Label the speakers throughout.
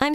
Speaker 1: I'm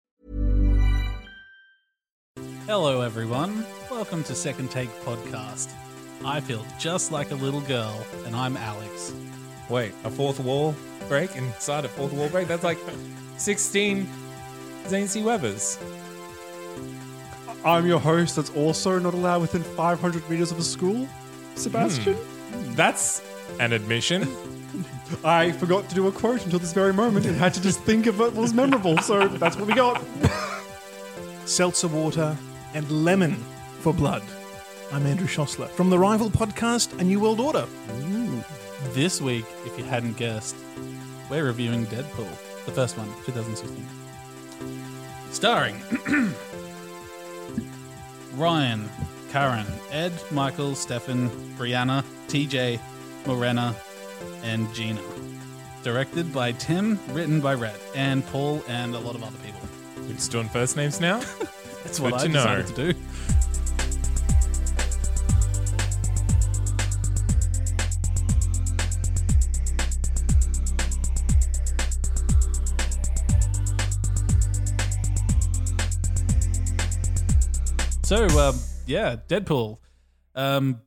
Speaker 2: Hello, everyone. Welcome to Second Take Podcast. I feel just like a little girl, and I'm Alex.
Speaker 3: Wait, a fourth wall break inside a fourth wall break? That's like 16 Zane C. Webbers.
Speaker 4: I'm your host that's also not allowed within 500 meters of a school, Sebastian.
Speaker 2: Hmm.
Speaker 3: Hmm. That's an admission.
Speaker 4: I forgot to do a quote until this very moment and had to just think of what was memorable, so that's what we got.
Speaker 5: seltzer water, and lemon for blood. I'm Andrew Schossler from the rival podcast A New World Order.
Speaker 2: This week, if you hadn't guessed, we're reviewing Deadpool, the first one, 2016. Starring Ryan, Karen, Ed, Michael, Stefan, Brianna, TJ, Morena, and Gina. Directed by Tim, written by Red, and Paul, and a lot of other people.
Speaker 3: We're just doing first names now.
Speaker 2: That's what
Speaker 3: Good
Speaker 2: I
Speaker 3: to know.
Speaker 2: decided to do. So, um, yeah, Deadpool. Um,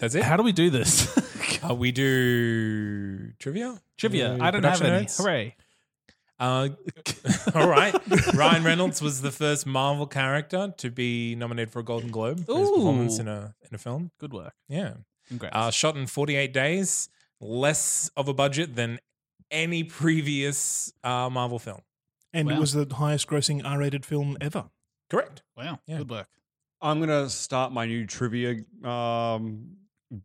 Speaker 3: That's it.
Speaker 2: how do we do this?
Speaker 3: Uh, we do trivia?
Speaker 2: Trivia.
Speaker 3: Uh,
Speaker 2: I don't have
Speaker 3: production
Speaker 2: any.
Speaker 3: notes?
Speaker 2: Hooray.
Speaker 3: Uh, all right. Ryan Reynolds was the first Marvel character to be nominated for a Golden Globe for his
Speaker 2: Ooh.
Speaker 3: performance in a in a film.
Speaker 2: Good work.
Speaker 3: Yeah.
Speaker 2: Congrats.
Speaker 3: Uh, shot in 48 days, less of a budget than any previous uh, Marvel film.
Speaker 5: And
Speaker 2: Wow.
Speaker 5: it was the highest grossing R rated film ever.
Speaker 3: Correct.
Speaker 2: wow.
Speaker 3: yeah.
Speaker 2: Good work.
Speaker 4: I'm going to start my new trivia um,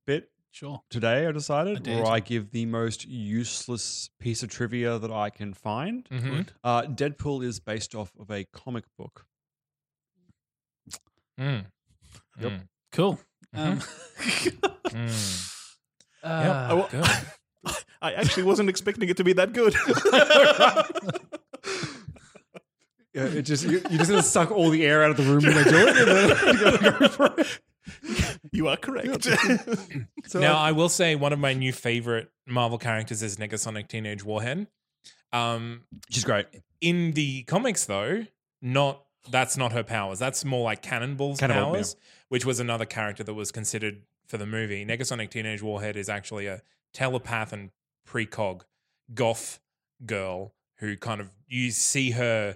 Speaker 4: bit
Speaker 2: Sure.
Speaker 4: today, I decided,
Speaker 2: Indeed.
Speaker 4: where I give the most useless piece of trivia that I can find.
Speaker 3: Mhm.
Speaker 2: Good.
Speaker 4: Uh, Deadpool is based off of a comic book.
Speaker 3: Mm.
Speaker 4: Yep.
Speaker 3: Mm.
Speaker 2: Cool. Um,
Speaker 3: Mm.
Speaker 2: uh,
Speaker 3: Yep. Good.
Speaker 5: I actually wasn't expecting it to be that good.
Speaker 4: Yeah, it just you, you just gonna suck all the air out of the room when they do it. And then you gotta go for it.
Speaker 5: you are correct.
Speaker 4: So
Speaker 3: now, I will say one of my new favorite Marvel characters is Negasonic Teenage Warhead. Um,
Speaker 4: she's great.
Speaker 3: in the comics, though, not that's not her powers. That's more like Cannonball's
Speaker 4: Cannonball,
Speaker 3: powers, which was another character that was considered for the movie. Negasonic Teenage Warhead is actually a telepath and precog goth girl who kind of you see her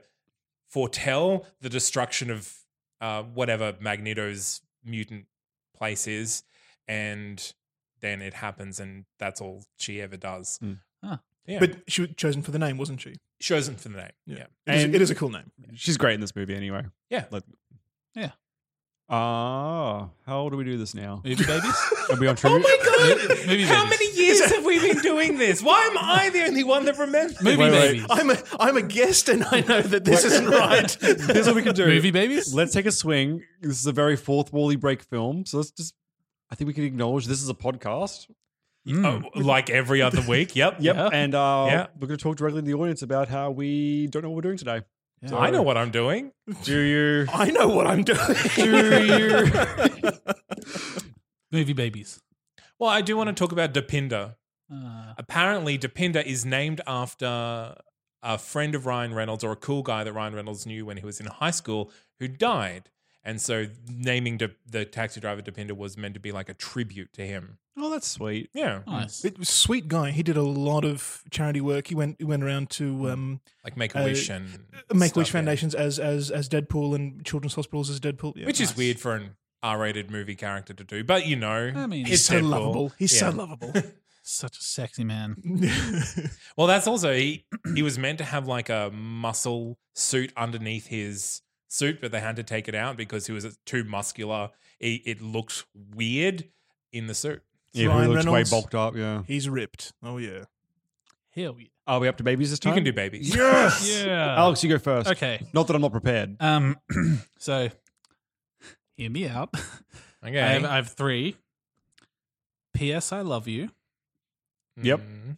Speaker 3: foretell the destruction of uh, whatever Magneto's mutant place is, and then it happens, and that's all she ever does.
Speaker 4: Mm.
Speaker 2: Huh.
Speaker 3: Yeah, but
Speaker 5: But she was chosen for the name, wasn't she?
Speaker 3: shows them for the name.
Speaker 5: Yeah.
Speaker 3: yeah.
Speaker 5: It is,
Speaker 4: And-
Speaker 5: it is a cool name.
Speaker 4: She's great in this movie anyway.
Speaker 3: Yeah.
Speaker 4: Like
Speaker 2: Yeah.
Speaker 4: Ah, how do we do this now?
Speaker 2: movie babies?
Speaker 4: Are we on
Speaker 3: Oh
Speaker 4: trivia?
Speaker 3: my god!
Speaker 2: Movie
Speaker 3: How
Speaker 2: babies.
Speaker 3: many years have we been doing this? Why am I the only one that remembers?
Speaker 2: Movie
Speaker 4: Wait, wait.
Speaker 2: babies.
Speaker 5: I'm a, I'm a guest and I know that this isn't right.
Speaker 4: Here's what we can do.
Speaker 2: Movie babies?
Speaker 4: Let's take a swing. This is a very fourth wally break film, so let's just. I think we can acknowledge this is a podcast.
Speaker 2: Mm.
Speaker 3: Oh, like every other week. Yep.
Speaker 4: Yep.
Speaker 2: Yeah.
Speaker 4: And uh,
Speaker 3: Yeah.
Speaker 4: we're going to talk directly to the audience about how we don't know what we're doing today.
Speaker 3: So I know what I'm doing.
Speaker 4: Do you?
Speaker 5: I know what I'm doing.
Speaker 4: Do you?
Speaker 2: Movie babies.
Speaker 3: Well, I do want to talk about Depinda. Ah.
Speaker 2: Uh,
Speaker 3: Apparently, Depinda is named after a friend of Ryan Reynolds or a cool guy that Ryan Reynolds knew when he was in high school who died. And so naming the, the taxi driver Depinda was meant to be like a tribute to him.
Speaker 4: Oh, that's sweet.
Speaker 3: Yeah.
Speaker 2: nice.
Speaker 5: It was a sweet guy. He did a lot of charity work. He went he went around to um,
Speaker 3: Like Make Uh, a Wish and
Speaker 5: Make
Speaker 3: stuff,
Speaker 5: Wish
Speaker 3: yeah.
Speaker 5: foundations as as as Deadpool and children's hospitals as Deadpool, Yeah,
Speaker 3: Which is
Speaker 5: nice.
Speaker 3: weird for an R rated movie character to do. But you know,
Speaker 2: I mean,
Speaker 5: He's
Speaker 3: it's
Speaker 5: so
Speaker 3: Deadpool.
Speaker 5: lovable. He's so
Speaker 3: Yeah.
Speaker 5: lovable.
Speaker 2: Such a sexy man.
Speaker 3: Well, that's also he. He was meant to have like a muscle suit underneath his suit, but they had to take it out because he was uh, too muscular. It, it looked weird in the suit.
Speaker 4: Yeah,
Speaker 5: Ryan
Speaker 4: he looks way
Speaker 5: Reynolds.
Speaker 4: bulked up. Yeah.
Speaker 5: He's ripped. Oh yeah.
Speaker 2: Hell yeah.
Speaker 4: Are we up to babies this time?
Speaker 3: You can do babies.
Speaker 4: Yes.
Speaker 2: Yeah.
Speaker 4: Alex, you go first.
Speaker 2: Okay.
Speaker 4: Not that I'm not prepared.
Speaker 2: Um, so hear me out.
Speaker 3: Okay.
Speaker 2: I, have, I have three. P.S. I love you.
Speaker 4: Yep.
Speaker 3: Mm.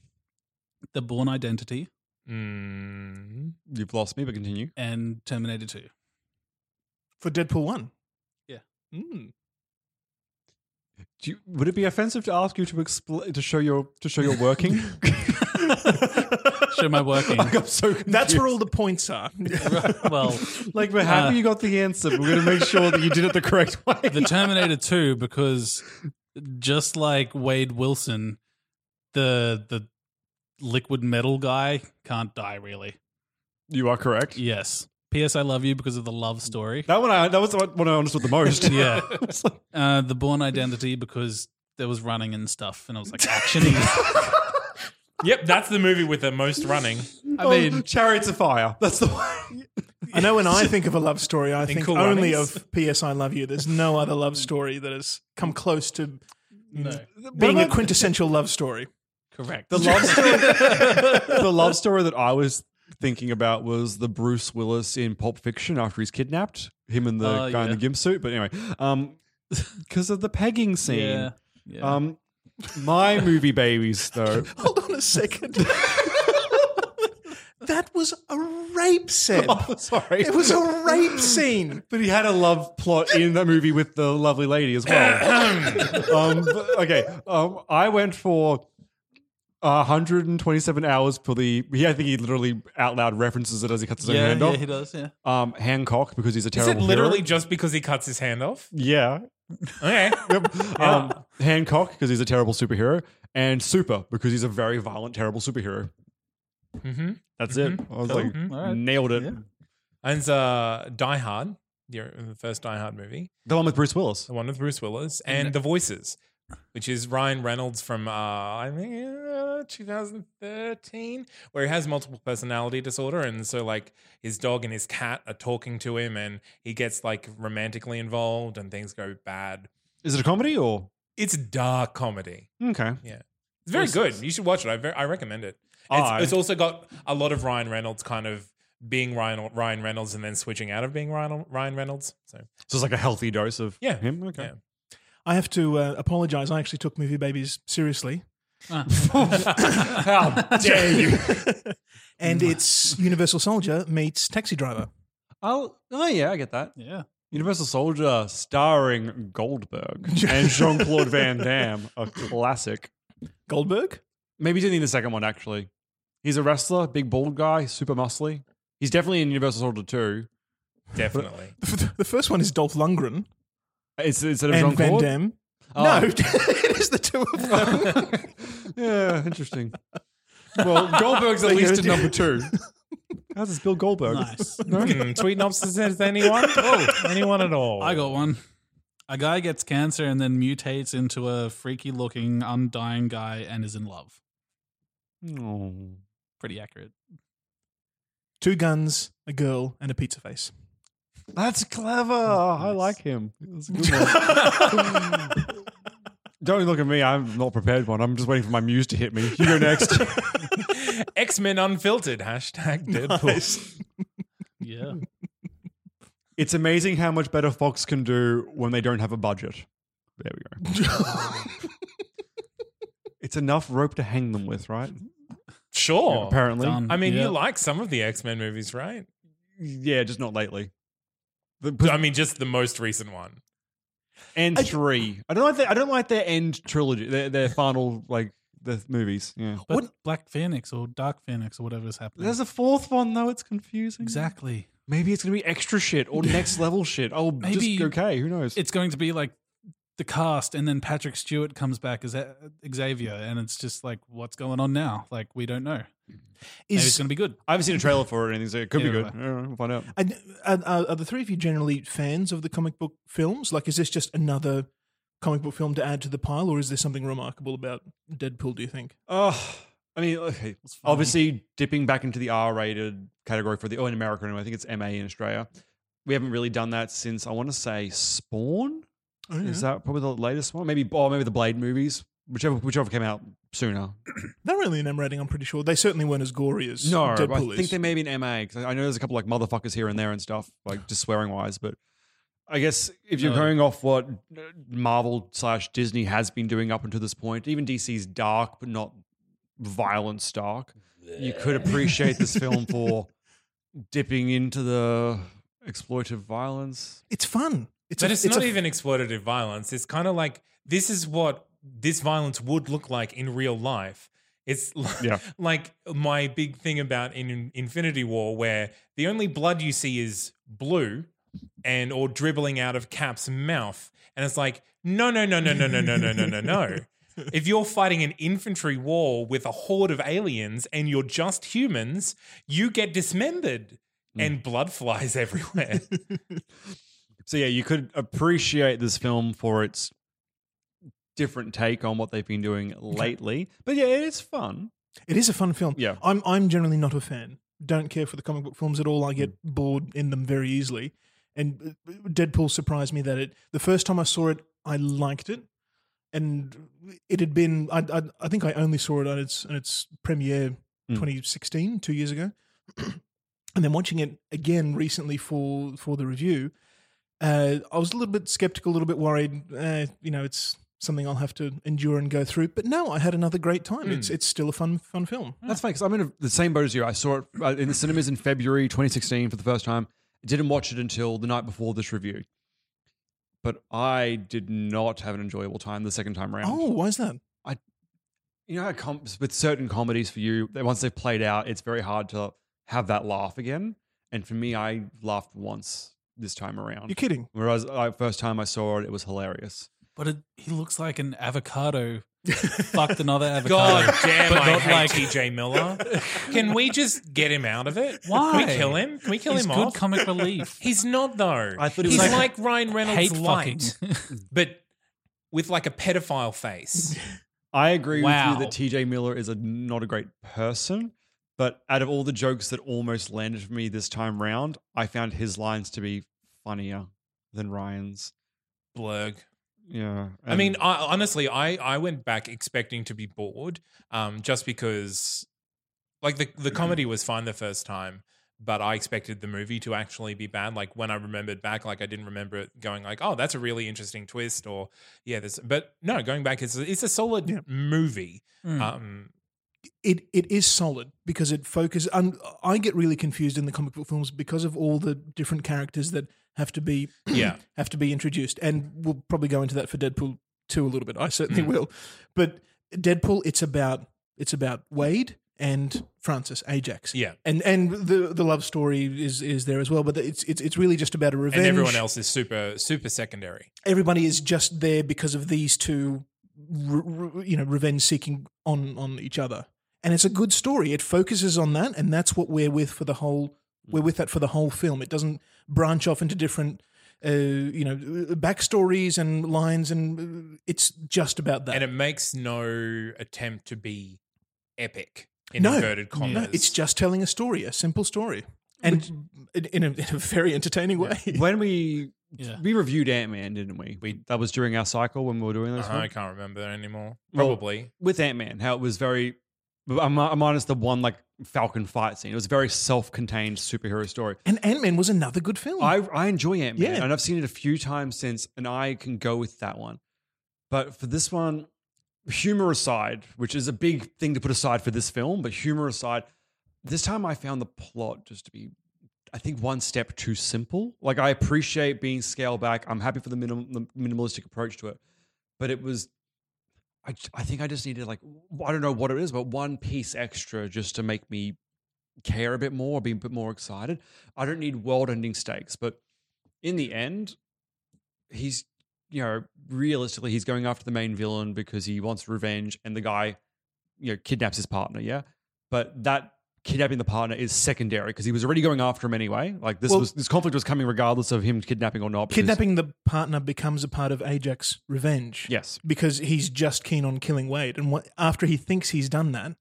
Speaker 2: The Born Identity
Speaker 3: Mm.
Speaker 4: You've lost me, but continue.
Speaker 2: and Terminator Two.
Speaker 5: for Deadpool one.
Speaker 2: Yeah.
Speaker 5: Mm.
Speaker 4: Do you, would it be offensive to ask you to expl- to show your to show your working?
Speaker 2: Show my working.
Speaker 4: Like, I'm so confused.
Speaker 5: That's where all the points are.
Speaker 2: well,
Speaker 4: like we're happy
Speaker 2: Uh,
Speaker 4: you got the answer. But we're going to make sure that you did it the correct way.
Speaker 2: the Terminator Two, because just like Wade Wilson, the the liquid metal guy can't die. Really.
Speaker 4: you are correct.
Speaker 2: Yes. P.S. I love you because of the love story.
Speaker 4: That one, I, that was the one one I understood the most.
Speaker 2: Yeah.
Speaker 4: It's like-
Speaker 2: Uh, the Born Identity because there was running and stuff, and I was like actioning.
Speaker 3: Yep. That's the movie with the most running.
Speaker 2: I mean,
Speaker 4: oh, chariots of fire. That's the one.
Speaker 5: I know when I think of a love story, I think
Speaker 3: Cool
Speaker 5: only
Speaker 3: Runnings?
Speaker 5: of P.S. I Love You. There's no other love story that has come close to
Speaker 2: no,
Speaker 5: being a
Speaker 4: about-
Speaker 5: quintessential love story.
Speaker 2: correct.
Speaker 4: The love story. the love story that I was thinking about was the Bruce Willis in Pulp Fiction after he's kidnapped him and the
Speaker 2: Oh,
Speaker 4: guy in the
Speaker 2: yeah.
Speaker 4: gimp suit. But anyway, um, because of the pegging scene.
Speaker 2: Yeah. yeah.
Speaker 4: Um, my movie babies though.
Speaker 5: Hold on a second. that was a rape scene.
Speaker 4: Oh. Sorry,
Speaker 5: It was a rape scene.
Speaker 4: But he had a love plot in that movie with the lovely lady as well. um, but- okay, um, I went for 127 hours for the. He, I think he literally out loud references it as he cuts his
Speaker 2: yeah,
Speaker 4: own hand off.
Speaker 2: yeah, he does. Yeah.
Speaker 4: um, Hancock because he's a
Speaker 3: Is
Speaker 4: terrible.
Speaker 3: it literally
Speaker 4: hero.
Speaker 3: just because he cuts his hand off?
Speaker 4: Yeah.
Speaker 3: Okay.
Speaker 4: Um, Hancock because he's a terrible superhero, and Super because he's a very violent, terrible superhero.
Speaker 3: mm-hmm.
Speaker 4: That's it. I was
Speaker 3: Cool.
Speaker 4: like,
Speaker 3: Mhm.
Speaker 2: All right.
Speaker 4: nailed it.
Speaker 2: Yeah.
Speaker 3: And uh, Die Hard, your, the first Die Hard movie,
Speaker 4: The one with Bruce Willis.
Speaker 3: the one with Bruce Willis, and The Voices, which is Ryan Reynolds from, uh, I think, uh, 2013, where he has multiple personality disorder. And so, like, his dog and his cat are talking to him, and he gets, like, romantically involved, and things go bad.
Speaker 4: Is it a comedy or
Speaker 3: It's a dark comedy.
Speaker 4: okay?
Speaker 3: It's very good. You should watch it. I, ver- I recommend it. It's,
Speaker 4: I-
Speaker 3: it's also got a lot of Ryan Reynolds kind of being Ryan Ryan Reynolds and then switching out of being Ryan Ryan Reynolds. So
Speaker 4: So it's like a healthy dose of
Speaker 3: Yeah.
Speaker 4: him. Okay.
Speaker 5: I have to uh, apologize. I actually took Movie Babies seriously.
Speaker 4: How
Speaker 3: Oh,
Speaker 4: dare you?
Speaker 5: and it's Universal Soldier meets Taxi Driver.
Speaker 4: Oh, oh yeah, I get that.
Speaker 2: Yeah.
Speaker 4: Universal Soldier starring Goldberg and Jean Claude Van Damme, a classic.
Speaker 5: Goldberg?
Speaker 4: Maybe he didn't need the second one actually. He's a wrestler, big bald guy, super muscly. He's definitely in Universal Soldier 2.
Speaker 3: definitely.
Speaker 5: The first one is Dolph Lundgren
Speaker 4: It's instead of Jean
Speaker 5: and Van
Speaker 4: Claude.
Speaker 5: Damme.
Speaker 4: Oh.
Speaker 5: No, it is the two of them.
Speaker 4: Yeah, interesting. Well, Goldberg's at least in number two. How's this Bill Goldberg?
Speaker 2: Nice.
Speaker 3: Hmm, Tweet Nobster says anyone? Oh, anyone at all?
Speaker 2: I got one. A guy gets cancer and then mutates into a freaky looking, undying guy and is in love.
Speaker 4: Oh.
Speaker 2: Pretty accurate.
Speaker 5: two guns, a girl, and a pizza face.
Speaker 4: That's clever. I like him. That's a good one. Don't look at me. I'm not prepared one. I'm just waiting for my muse to hit me. You go next.
Speaker 3: X Men Unfiltered hashtag Deadpool.
Speaker 2: Yeah.
Speaker 4: it's amazing how much better Fox can do when they don't have a budget. There we go. it's enough rope to hang them with, right?
Speaker 3: Sure.
Speaker 4: Apparently.
Speaker 2: done.
Speaker 3: I mean,
Speaker 2: Yeah.
Speaker 3: you like some of the X Men movies, right?
Speaker 4: Yeah, just not lately.
Speaker 3: I mean, just the most recent one.
Speaker 4: And three. I don't like. Their, I don't like their end trilogy. Their, their final like the movies. Yeah.
Speaker 2: But Black Phoenix or Dark Phoenix or whatever is happening.
Speaker 4: There's a fourth one though. It's confusing.
Speaker 2: exactly.
Speaker 4: Maybe it's gonna be extra shit or next level shit. Oh,
Speaker 2: Maybe-
Speaker 4: just okay. Who knows?
Speaker 2: It's going to be like the cast, and then Patrick Stewart comes back as uh, Xavier, and it's just like, what's going on now? Like, we don't know. Maybe it's
Speaker 5: Is
Speaker 2: going to be good.
Speaker 4: I haven't seen a trailer for it or anything, so it could
Speaker 2: Yeah,
Speaker 4: be
Speaker 2: right.
Speaker 4: good. I don't know, we'll find out.
Speaker 5: are, uh, are, are the three of you generally fans of the comic book films? Like, is this just another comic book film to add to the pile, or is there something remarkable about Deadpool? Do you think?
Speaker 4: Oh, I mean, okay.
Speaker 2: fine.
Speaker 4: Obviously, dipping back into the R-rated category for the oh in America, anyway, I think it's MA in Australia. We haven't really done that since I want to say Spawn. Is that probably oh, the latest one? Maybe oh, maybe the Blade movies whichever whichever came out sooner.
Speaker 5: They're really an M rating, I'm pretty sure. They certainly weren't as gory as
Speaker 4: No, but
Speaker 5: Deadpool
Speaker 4: I
Speaker 5: is.
Speaker 4: think they may be an MA. 'cause I know there's a couple like motherfuckers here and there and stuff, like just swearing wise. But I guess if you're
Speaker 6: No.
Speaker 4: going off what uh, Marvel slash Disney has been doing up until this point, even DC's dark but not violent stark, you could appreciate this film for dipping into the exploitive violence.
Speaker 5: it's fun. It's
Speaker 3: but
Speaker 5: a-
Speaker 3: it's, not
Speaker 5: a-
Speaker 3: even exploitative violence. It's kind of like this is what this violence would look like in real life. It's like,
Speaker 4: Yeah.
Speaker 3: like my big thing about in Infinity War, where the only blood you see is blue and or dribbling out of Cap's mouth, and it's like no, no, no, no, no, no, no, no, no, no, no. If you're fighting an infantry war with a horde of aliens and you're just humans, you get dismembered
Speaker 5: Hmm.
Speaker 3: and blood flies everywhere.
Speaker 4: So yeah, you could appreciate this film for its different take on what they've been doing lately. But yeah, it is fun.
Speaker 5: It is a fun film.
Speaker 4: Yeah.
Speaker 5: I'm I'm generally not a fan. Don't care for the comic book films at all. I get bored in them very easily. And uh, Deadpool surprised me that it. The first time I saw it, I liked it, and it had been. I I, I think I only saw it on its on its premiere, 2016, two years ago. and then watching it again recently for for the review, uh, I was a little bit skeptical, a little bit worried. Uh, you know, it's something I'll have to endure and go through. But no, I had another great time. It's it's still a fun fun film.
Speaker 4: That's funny because I'm in a, the same boat as you. I saw it uh, in the cinemas in February 2016 for the first time. Didn't watch it until the night before this review. But I did not have an enjoyable time the second time around.
Speaker 5: Oh, why is that?
Speaker 4: You know, how com- with certain comedies for you, that once they've played out, it's very hard to have that laugh again. And for me, I laughed once this time around.
Speaker 5: You're kidding.
Speaker 4: Whereas uh, first time I saw it, it was hilarious.
Speaker 6: But it, he looks like an avocado fucked another avocado.
Speaker 3: God damn,
Speaker 6: But
Speaker 3: I
Speaker 6: not
Speaker 3: hate
Speaker 6: like-
Speaker 3: TJ Miller. Can we just get him out of it?
Speaker 6: Why?
Speaker 3: Can we kill him? Can we kill
Speaker 6: He's
Speaker 3: him
Speaker 6: good
Speaker 3: off?
Speaker 6: comic relief.
Speaker 3: He's not though.
Speaker 4: I thought he
Speaker 3: He's
Speaker 4: was
Speaker 3: like,
Speaker 4: like-
Speaker 3: Ryan
Speaker 6: Hate
Speaker 3: Reynolds
Speaker 6: fucking.
Speaker 3: light, but with like a pedophile face.
Speaker 4: I agree
Speaker 6: Wow.
Speaker 4: with you that TJ Miller is a, not a great person, but out of all the jokes that almost landed for me this time round, I found his lines to be funnier than Ryan's.
Speaker 3: Blurg.
Speaker 4: Yeah.
Speaker 3: I mean, I, honestly, I, I went back expecting to be bored, um, just because, like the
Speaker 5: Mm-hmm.
Speaker 3: the comedy was fine the first time, but I expected the movie to actually be bad. Like when I remembered back, like I didn't remember it going like, oh, that's a really interesting twist, or yeah, this. But no, going back, it's it's a solid
Speaker 5: Yeah.
Speaker 3: movie.
Speaker 4: Hmm.
Speaker 6: Mm.
Speaker 3: Um,
Speaker 5: It it is solid because it focuses. And I get really confused in the comic book films because of all the different characters that have to be
Speaker 3: Yeah.
Speaker 5: have to be introduced, and we'll probably go into that for Deadpool two a little bit. I certainly
Speaker 3: Hmm.
Speaker 5: will. But Deadpool, it's about it's about Wade and Francis Ajax.
Speaker 3: Yeah.
Speaker 5: and and the the love story is is there as well. But it's it's it's really just about a revenge.
Speaker 3: and everyone else is super super secondary.
Speaker 5: everybody is just there because of these two, re- re- you know, revenge seeking on on each other. And it's a good story. It focuses on that, and that's what we're with for the whole.
Speaker 3: Mm.
Speaker 5: We're with that for the whole film. It doesn't branch off into different, uh, you know, uh, backstories and lines, and uh, it's just about that.
Speaker 3: and it makes no attempt to be epic in
Speaker 5: No.
Speaker 3: inverted
Speaker 5: No,
Speaker 3: commas.
Speaker 5: it's just telling a story, a simple story, and in, in, a, in a very entertaining way.
Speaker 4: when we
Speaker 6: Yeah.
Speaker 4: we reviewed Ant Man, didn't we? We that was during our cycle when we were doing this.
Speaker 3: Uh-huh, I
Speaker 4: one.
Speaker 3: can't remember anymore.
Speaker 4: Well,
Speaker 3: Probably.
Speaker 4: with Ant Man, how it was very, I'm, I'm minus the one like Falcon fight scene. It was a very self-contained superhero story.
Speaker 5: And Ant Man was another good film.
Speaker 4: I, I enjoy Ant Man,
Speaker 5: Yeah.
Speaker 4: and I've seen it a few times since, and I can go with that one. But for this one, humor aside, which is a big thing to put aside for this film, but humor aside, this time I found the plot just to be, I think, one step too simple. Like I appreciate being scaled back. I'm happy for the, minim- the minimalistic approach to it, but it was. I, j- I think I just needed like I don't know what it is, but one piece extra just to make me care a bit more, be a bit more excited. I don't need world-ending stakes, but in the end, he's you know realistically he's going after the main villain because he wants revenge, and the guy you know kidnaps his partner. Yeah, but that kidnapping the partner is secondary because he was already going after him anyway. Like this
Speaker 5: Well-
Speaker 4: was this conflict was coming regardless of him kidnapping or not. because-
Speaker 5: Kidnapping the partner becomes a part of Ajax revenge.
Speaker 4: Yes.
Speaker 5: because he's just keen on killing Wade. And what, after he thinks he's done that,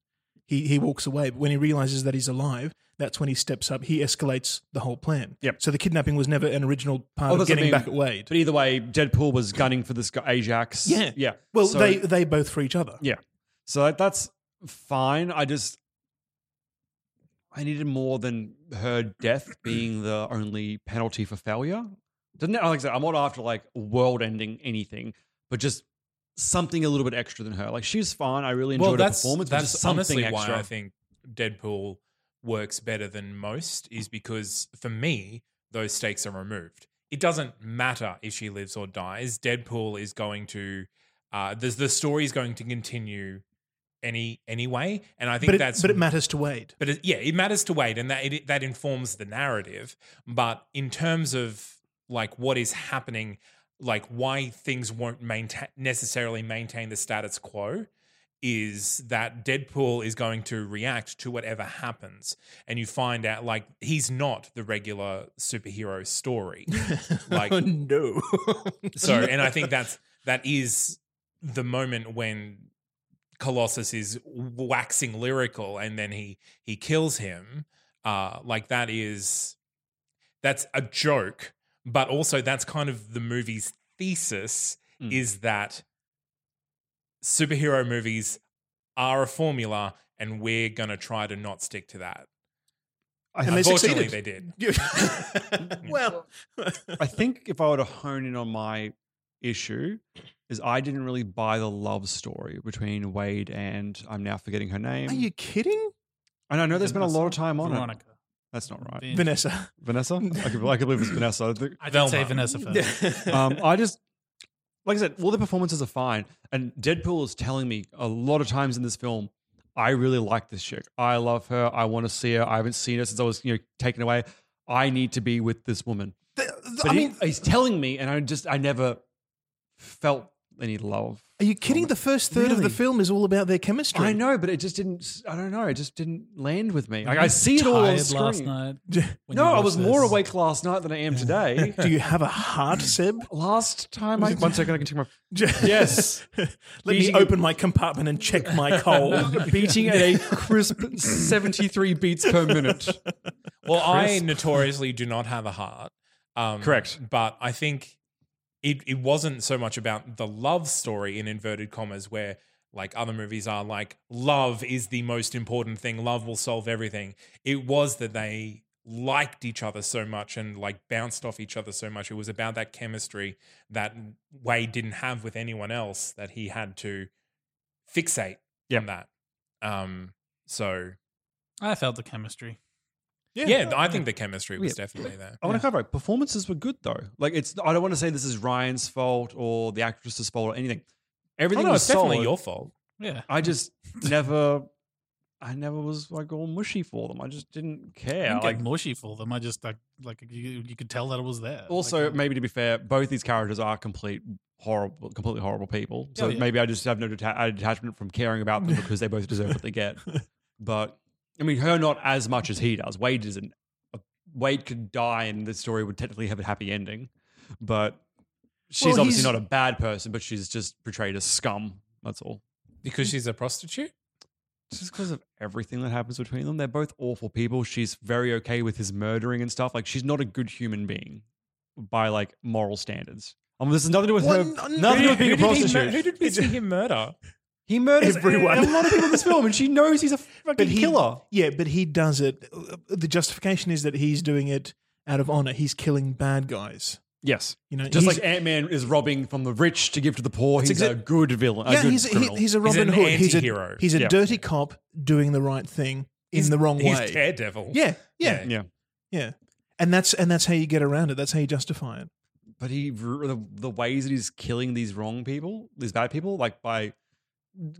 Speaker 5: he, he walks away. But when he realizes that he's alive, that's when he steps up. He escalates the whole plan.
Speaker 4: Yep.
Speaker 5: So the kidnapping was never an original part
Speaker 4: Oh,
Speaker 5: of
Speaker 4: that's what I
Speaker 5: getting
Speaker 4: mean.
Speaker 5: back at Wade.
Speaker 4: But either way, Deadpool was gunning for this guy Ajax.
Speaker 5: Yeah.
Speaker 4: yeah.
Speaker 5: Well,
Speaker 4: So-
Speaker 5: they they both for each other.
Speaker 4: Yeah. So that- that's fine. I just I needed more than her death being the only penalty for failure. Doesn't it? Like I said, I'm not after like world-ending anything, but just something a little bit extra than her. Like she's fine. I really enjoyed her performance. but
Speaker 3: That's
Speaker 4: just something
Speaker 3: honestly
Speaker 4: extra.
Speaker 3: why I think Deadpool works better than most is because for me those stakes are removed. It doesn't matter if she lives or dies. Deadpool is going to uh, the the story is going to continue any anyway, and I think
Speaker 5: But it,
Speaker 3: that's
Speaker 5: but it matters to Wade.
Speaker 3: but it, yeah, it matters to Wade, and that it, that informs the narrative. But in terms of like what is happening, like why things won't maintain necessarily maintain the status quo, is that Deadpool is going to react to whatever happens, and you find out like he's not the regular superhero story. Like
Speaker 5: no.
Speaker 3: so, and I think that's that is the moment when Colossus is waxing lyrical, and then he he kills him. Uh, like that is that's a joke, but also that's kind of the movie's thesis
Speaker 5: Hmm.
Speaker 4: Mm.
Speaker 3: is that superhero movies are a formula, and we're gonna try to not stick to that.
Speaker 4: I,
Speaker 5: And they
Speaker 3: Unfortunately,
Speaker 5: succeeded.
Speaker 3: they did.
Speaker 5: well,
Speaker 4: I think if I were to hone in on my issue, is I didn't really buy the love story between Wade and I'm now forgetting her name.
Speaker 5: are you kidding,
Speaker 4: and I know there's been a lot of time on it.
Speaker 6: Veronica.
Speaker 4: That's not right.
Speaker 6: Vin-
Speaker 5: Vanessa?
Speaker 4: Vanessa? I could, I could believe it's Vanessa. I think-
Speaker 6: I did say
Speaker 3: Velma.
Speaker 6: Vanessa first.
Speaker 4: Um, I just, like I said, all the performances are fine. And Deadpool is telling me a lot of times in this film, I really like this chick. I love her. I want to see her. I haven't seen her since I was, you know, taken away. I need to be with this woman.
Speaker 5: Th- th-
Speaker 4: But
Speaker 5: I
Speaker 4: he-
Speaker 5: mean,
Speaker 4: he's telling me, and I just, I never felt any love.
Speaker 5: are you kidding? The first third of the
Speaker 4: Really?
Speaker 5: film is all about their chemistry.
Speaker 4: I know, but it just didn't. I don't know. It just didn't land with me. Like I see it all on
Speaker 6: Tired
Speaker 4: screen.
Speaker 6: last night. when
Speaker 4: no,
Speaker 6: you
Speaker 4: I
Speaker 6: watched
Speaker 4: was more
Speaker 6: this.
Speaker 4: awake last night than I am today.
Speaker 5: Do you have a heart, Seb?
Speaker 4: last time I one second, I can check my
Speaker 5: Yes. Let me
Speaker 4: Beating-
Speaker 5: open my compartment and check my coal.
Speaker 4: beating at a crisp seventy-three beats per minute.
Speaker 3: Well, I notoriously do not have a heart. Um,
Speaker 4: Correct.
Speaker 3: But I think it, it wasn't so much about the love story in inverted commas, where like other movies are like, love is the most important thing, love will solve everything. It was that they liked each other so much and like bounced off each other so much. It was about that chemistry that Wade didn't have with anyone else that he had to fixate
Speaker 4: Yeah.
Speaker 3: on that. Um, so
Speaker 6: I felt the chemistry.
Speaker 3: yeah, I think the chemistry was
Speaker 4: Yeah.
Speaker 3: definitely there.
Speaker 4: I want to clarify. Performances were good though. Like it's. I don't want to say this is Ryan's fault or the actress's fault or anything.
Speaker 3: Oh,
Speaker 4: Everything
Speaker 3: no,
Speaker 4: was
Speaker 3: it's definitely
Speaker 4: solid.
Speaker 3: your fault.
Speaker 6: Yeah.
Speaker 4: I just never. I never was like all mushy for them. I just didn't
Speaker 6: I
Speaker 4: care.
Speaker 6: didn't
Speaker 4: like
Speaker 6: get mushy for them. I just like like you, you could tell that it was there.
Speaker 4: Also,
Speaker 6: Like,
Speaker 4: maybe to be fair, both these characters are complete horrible, completely horrible people. So
Speaker 6: Oh, yeah.
Speaker 4: maybe I just have no deta- detachment from caring about them because they both deserve what they get. But I mean, her not as much as he does. Wade isn't. uh, Wade could die, and the story would technically have a happy ending. But she's
Speaker 5: Well,
Speaker 4: obviously
Speaker 5: he's-
Speaker 4: not a bad person, but she's just portrayed as scum. That's all.
Speaker 3: Because she's a prostitute?
Speaker 4: Just because of everything that happens between them, they're both awful people. She's very okay with his murdering and stuff. Like she's not a good human being by like moral standards. I mean, this has nothing to do with
Speaker 5: Well,
Speaker 4: her.
Speaker 5: n-
Speaker 4: nothing to do
Speaker 5: who
Speaker 4: with being a
Speaker 3: did he mur-
Speaker 4: prostitute.
Speaker 3: who did we see him murder?
Speaker 4: he murders
Speaker 5: Everyone.
Speaker 4: everyone. A lot of people in this film, and she knows he's a fucking
Speaker 5: But he,
Speaker 4: killer.
Speaker 5: Yeah, but he does it. The justification is that he's doing it out of honor. He's killing bad guys.
Speaker 4: Yes,
Speaker 5: You know,
Speaker 4: just
Speaker 5: he's-
Speaker 4: like Ant Man is robbing from the rich to give to the poor. He's
Speaker 5: That's
Speaker 4: a
Speaker 5: exact-
Speaker 4: good villain.
Speaker 5: yeah,
Speaker 4: a good
Speaker 5: he's he,
Speaker 4: criminal.
Speaker 5: he's a
Speaker 3: He's
Speaker 5: Robin
Speaker 3: an
Speaker 5: Hood.
Speaker 3: anti-hero.
Speaker 5: He's a he's a
Speaker 4: Yeah.
Speaker 5: dirty cop doing the right thing in the wrong
Speaker 3: He's
Speaker 5: way.
Speaker 3: Daredevil.
Speaker 5: Yeah, yeah,
Speaker 4: yeah.
Speaker 5: yeah. And that's and that's how you get around it. That's how you justify it.
Speaker 4: but he r- the, the ways that he's killing these wrong people, these bad people, like by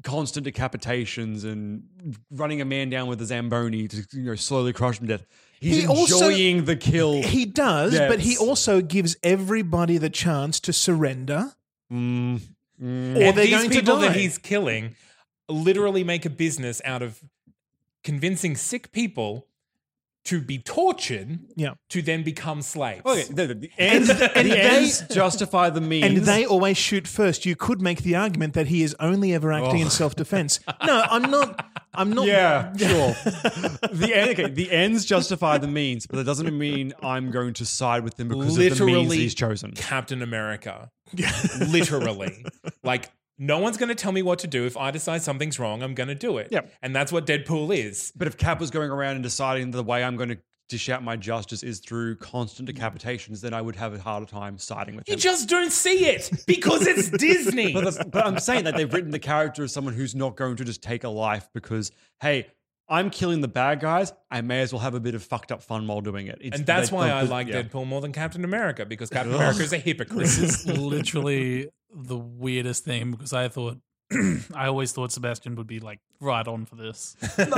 Speaker 4: constant decapitations and running a man down with a zamboni to you know slowly crush him to death. He's
Speaker 5: He also-
Speaker 4: enjoying the kill.
Speaker 5: He does, but he
Speaker 4: Yes.
Speaker 5: also gives everybody the chance to surrender.
Speaker 4: Mm, mm.
Speaker 5: Or
Speaker 3: And
Speaker 5: they're
Speaker 3: these
Speaker 5: going to
Speaker 3: people that
Speaker 5: die.
Speaker 3: he's killing literally make a business out of convincing sick people to be tortured
Speaker 5: Yeah.
Speaker 3: to then become slaves.
Speaker 4: Okay, the, the- the ends,
Speaker 5: and
Speaker 4: the
Speaker 5: they-
Speaker 4: ends justify the means.
Speaker 5: And they always shoot first. You could make the argument that he is only ever acting in self defense. No, I'm not. I'm not.
Speaker 4: Yeah, sure. the end, okay, the ends justify the means, but that doesn't mean I'm going to side with them because of the means
Speaker 3: Literally,
Speaker 4: that he's chosen.
Speaker 3: Captain America. Literally. like, no one's going to tell me what to do. If I decide something's wrong, I'm going to do it.
Speaker 4: Yep.
Speaker 3: And that's what Deadpool is.
Speaker 4: But if Cap was going around and deciding the way I'm going to dish out my justice is through constant decapitations, then I would have a harder time siding with
Speaker 3: Mm. You
Speaker 4: him.
Speaker 3: just don't see it because it's Disney.
Speaker 4: but, that's- but I'm saying that they've written the character as someone who's not going to just take a life because, hey, I'm killing the bad guys. I may as well have a bit of fucked up fun while doing it. It's-
Speaker 3: and that's
Speaker 4: they-
Speaker 3: why
Speaker 4: the-
Speaker 3: I
Speaker 4: the-
Speaker 3: like
Speaker 4: yeah.
Speaker 3: Deadpool more than Captain America because Captain America is a hypocrite.
Speaker 2: This is literally the weirdest thing because I thought I always thought Sebastian would be like right on for this. like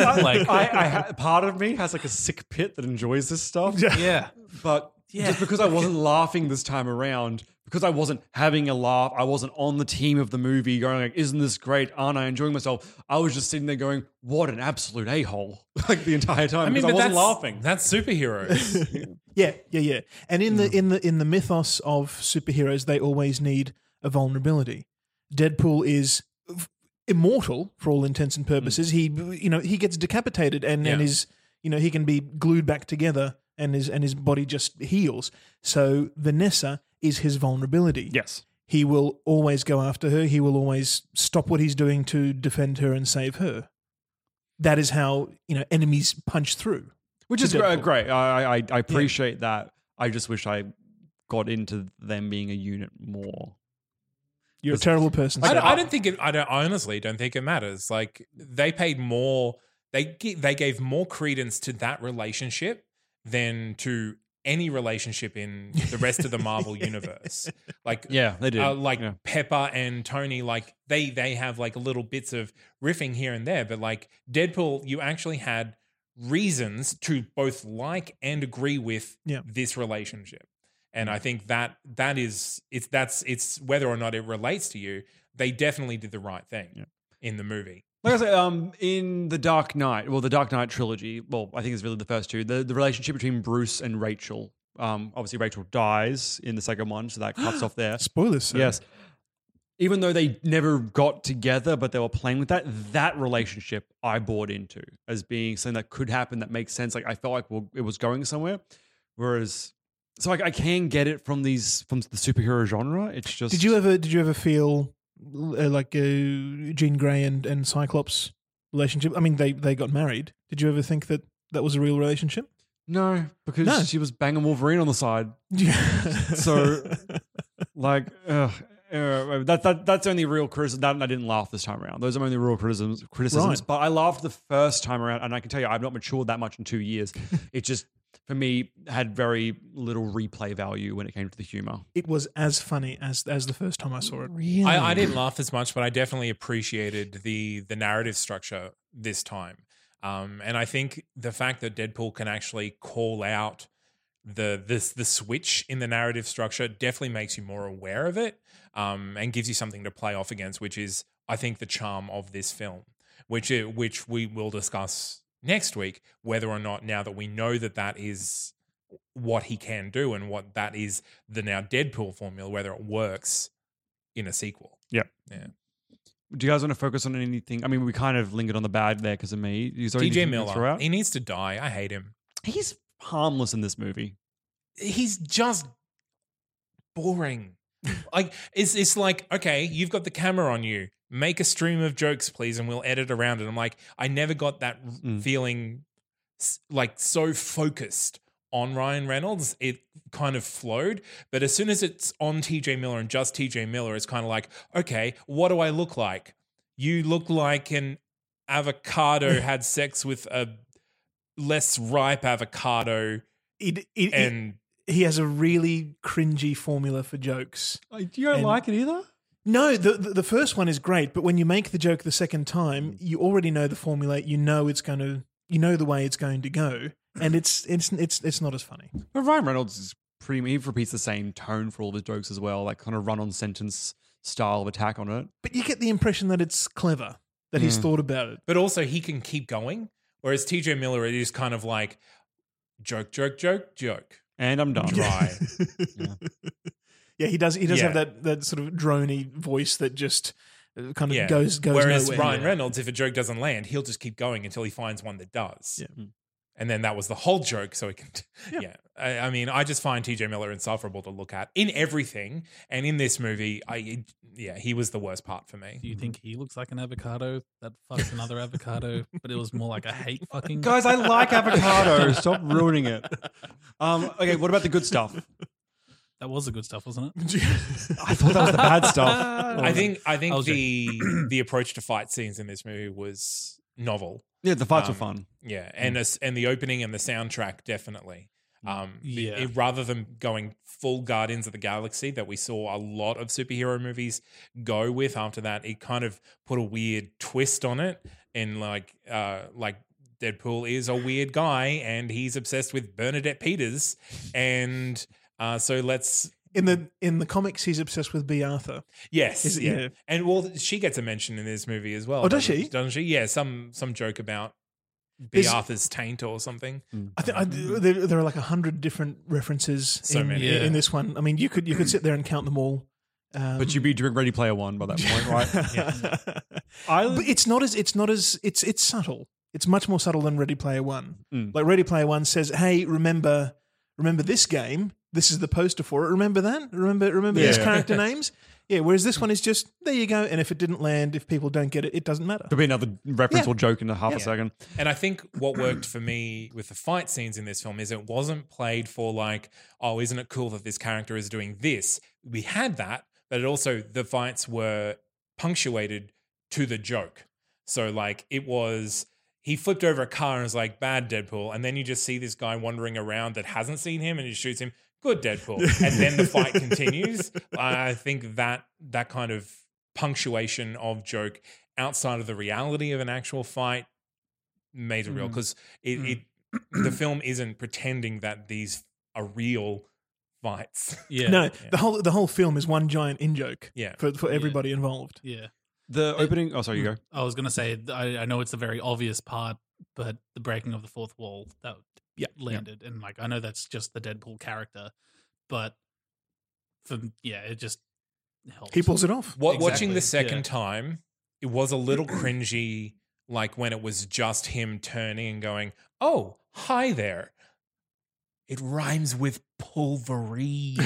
Speaker 4: I, I ha- part of me has like a sick pit that enjoys this stuff.
Speaker 2: yeah.
Speaker 4: But
Speaker 2: Yeah.
Speaker 4: just because I wasn't laughing this time around, because I wasn't having a laugh, I wasn't on the team of the movie going like, "Isn't this great? Aren't I enjoying myself?" I was just sitting there going, "What an absolute a hole!" Like the entire time because I,
Speaker 3: but
Speaker 4: wasn't
Speaker 3: that's-
Speaker 4: laughing.
Speaker 3: That's superheroes.
Speaker 5: Yeah, yeah, yeah. And in the in the in the mythos of superheroes, they always need a vulnerability. Deadpool is f- immortal for all intents and purposes. He you know, he gets decapitated and and
Speaker 3: Yeah.
Speaker 5: is you know, he can be glued back together and his and his body just heals. So Vanessa is his vulnerability.
Speaker 4: yes,
Speaker 5: He will always go after her. He will always stop what he's doing to defend her and save her. That is how, you know, enemies punch through.
Speaker 4: which
Speaker 5: To
Speaker 4: is great.
Speaker 5: Deadpool.
Speaker 4: great. I, I, I appreciate that. I just wish I got into them being a unit more.
Speaker 5: You're a terrible person.
Speaker 3: I,
Speaker 5: Seb.
Speaker 3: don't,
Speaker 4: "Oh."
Speaker 3: I don't think it. I don't. I honestly don't think it matters. Like they paid more. They gi- they gave more credence to that relationship than to any relationship in the rest of the Marvel universe. Like
Speaker 4: Yeah, they did.
Speaker 3: uh, like
Speaker 4: Yeah.
Speaker 3: Pepper and Tony, like they they have like little bits of riffing here and there, but like Deadpool, you actually had reasons to both like and agree with
Speaker 5: Yeah.
Speaker 3: this relationship. And I think that that is it's that's it's whether or not it relates to you, they definitely did the right thing
Speaker 4: Yeah.
Speaker 3: in the movie.
Speaker 4: Like I say, um, in the Dark Knight, well, the Dark Knight trilogy, well, I think it's really the first two. The the relationship between Bruce and Rachel. Um, obviously Rachel dies in the second one, so that cuts off there.
Speaker 5: Uh, Spoilers. Seb.
Speaker 4: Yes. Even though they never got together, but they were playing with that, that relationship I bought into as being something that could happen that makes sense. Like I felt like well, it was going somewhere. Whereas, so I, I can get it from these from the superhero genre. It's just
Speaker 5: Did you ever? Did you ever feel uh, like uh, Jean Grey and, and Cyclops relationship? I mean, they they got married. Did you ever think that that was a real relationship?
Speaker 4: no because
Speaker 5: No.
Speaker 4: she was banging Wolverine on the side.
Speaker 5: Yeah.
Speaker 4: So, like, ugh, uh, that, that that's the only real criticism. That and I didn't laugh this time around. Those are my only real criticisms. Criticisms,
Speaker 5: Right.
Speaker 4: but I laughed the first time around, and I can tell you, I've not matured that much in two years. it just, for me, had very little replay value when it came to the humor.
Speaker 5: it was as funny as as the first time I saw it.
Speaker 4: Really,
Speaker 3: I, I didn't laugh as much, but I definitely appreciated the the narrative structure this time. Um, and I think the fact that Deadpool can actually call out the this the switch in the narrative structure definitely makes you more aware of it um, and gives you something to play off against, which is I think the charm of this film, which i- which we will discuss next week, whether or not now that we know that that is what he can do and what that is the now Deadpool formula, whether it works in a sequel.
Speaker 4: Do you guys want to focus on anything? I mean, we kind of lingered on the bad there because of me. Is there anything
Speaker 3: DJ
Speaker 4: you wanna throw
Speaker 3: Miller,
Speaker 4: out?
Speaker 3: he needs to die. I hate him.
Speaker 4: he's harmless in this movie.
Speaker 3: He's just boring. like it's it's like okay, you've got the camera on you. Make a stream of jokes, please, and we'll edit around it. I'm like, I never got that r-
Speaker 4: Mm.
Speaker 3: feeling s- like so focused on Ryan Reynolds. It kind of flowed, but as soon as it's on TJ Miller and just TJ Miller, it's kind of like, okay, what do I look like? You look like an avocado had sex with a less ripe avocado
Speaker 5: It, it, it
Speaker 3: and
Speaker 5: he has a really cringy formula for jokes.
Speaker 4: you don't
Speaker 5: And-
Speaker 4: like
Speaker 5: like
Speaker 4: it either?
Speaker 5: No, the, the the first one is great, but when you make the joke the second time,
Speaker 3: Mm.
Speaker 5: you already know the formula. You know it's going to, you know the way it's going to go, and it's it's it's it's not as funny.
Speaker 4: But Ryan Reynolds is pretty. He repeats the same tone for all of his jokes as well, like kind of run on sentence style of attack on it.
Speaker 5: But you get the impression that it's clever, that he's
Speaker 4: Mm.
Speaker 5: thought about it.
Speaker 3: but also he can keep going whereas TJ Miller it is kind of like joke joke joke joke
Speaker 4: And I'm done.
Speaker 3: dry
Speaker 5: Yeah, he does. He does have
Speaker 3: Yeah.
Speaker 5: that that sort of drony voice that just It kind of
Speaker 3: Yeah.
Speaker 5: goes goes
Speaker 3: Whereas
Speaker 5: nowhere.
Speaker 3: Ryan Reynolds, if a joke doesn't land, he'll just keep going until he finds one that does.
Speaker 5: Yeah. Mm.
Speaker 3: And then that was the whole joke. So he can, yeah. I, I mean, I just find TJ Miller insufferable to look at in everything. And in this movie, I, yeah, he was the worst part for me.
Speaker 2: Do you think he looks like an avocado that fucks another avocado? But it was more like I hate fucking
Speaker 4: Guys, I like avocado. Stop ruining it. Um, okay, what about the good stuff?
Speaker 2: That was the good stuff, wasn't it?
Speaker 4: I thought that was the bad stuff.
Speaker 3: I think, I
Speaker 2: I
Speaker 3: think
Speaker 2: was
Speaker 3: the, the approach to fight scenes in this movie was novel.
Speaker 4: yeah, the fights were
Speaker 3: Um,
Speaker 4: fun.
Speaker 5: Mm.
Speaker 3: Yeah, and as- and the opening and the soundtrack definitely. Um, the-
Speaker 2: Yeah.
Speaker 3: it- rather than going full Guardians of the Galaxy that we saw a lot of superhero movies go with after that, it kind of put a weird twist on it, and like uh, like Deadpool is a weird guy and he's obsessed with Bernadette Peters, and uh, so let's
Speaker 5: in the in the comics, he's obsessed with B. Arthur.
Speaker 3: yes,
Speaker 5: Is it-
Speaker 3: yeah.
Speaker 5: yeah.
Speaker 3: and well, she gets a mention in this movie as well.
Speaker 5: Oh, does
Speaker 3: doesn't-
Speaker 5: she?
Speaker 3: Doesn't she? Yeah, some some joke about. B.
Speaker 5: Is- Mm.
Speaker 3: Arthur's taint or something.
Speaker 5: I think I, there, there are like a hundred different references
Speaker 3: Mm. So
Speaker 5: in,
Speaker 3: many.
Speaker 5: in- in
Speaker 2: Yeah.
Speaker 5: this one. I mean, you could you could sit there and count them all. Um,
Speaker 4: But you'd be doing Ready Player One by that point, right? I,
Speaker 5: but it's not as it's not as it's it's subtle. It's much more subtle than Ready Player One.
Speaker 4: Mm.
Speaker 5: Like Ready Player One says, "Hey, remember, remember this game. This is the poster for it. Remember that. Remember, remember these
Speaker 4: Yeah.
Speaker 5: character names." Yeah. Whereas this one is just there you go. And if it didn't land, if people don't get it, it doesn't matter.
Speaker 4: There'll be another reference
Speaker 5: Yeah.
Speaker 4: or joke in a half
Speaker 5: Yeah.
Speaker 4: a second.
Speaker 3: And I think what worked for me with the fight scenes in this film is it wasn't played for like, oh, isn't it cool that this character is doing this? We had that, but it also the fights were punctuated to the joke. So like it was he flipped over a car and was like, bad Deadpool. And then you just see this guy wandering around that hasn't seen him and he shoots him, good Deadpool. and then the fight continues. I think that that kind of punctuation of joke outside of the reality of an actual fight made it real
Speaker 2: Mm.
Speaker 3: because it,
Speaker 2: Mm.
Speaker 3: it the film isn't pretending that these are real fights.
Speaker 2: Yeah.
Speaker 5: no, the whole the whole film is one giant in joke
Speaker 3: Yeah.
Speaker 5: for for everybody involved.
Speaker 2: Yeah.
Speaker 4: The opening. Oh, sorry, you go.
Speaker 2: I was gonna say I, I know it's a very obvious part, but the breaking of the fourth wall that
Speaker 5: Yeah.
Speaker 2: landed, and like I know that's just the Deadpool character, but for yeah, it just helps.
Speaker 5: He pulls it off.
Speaker 3: Wa- Watching the
Speaker 2: Exactly, yeah.
Speaker 3: second time, it was a little cringy, like when it was just him turning and going, "Oh, hi there." It rhymes with pulverine.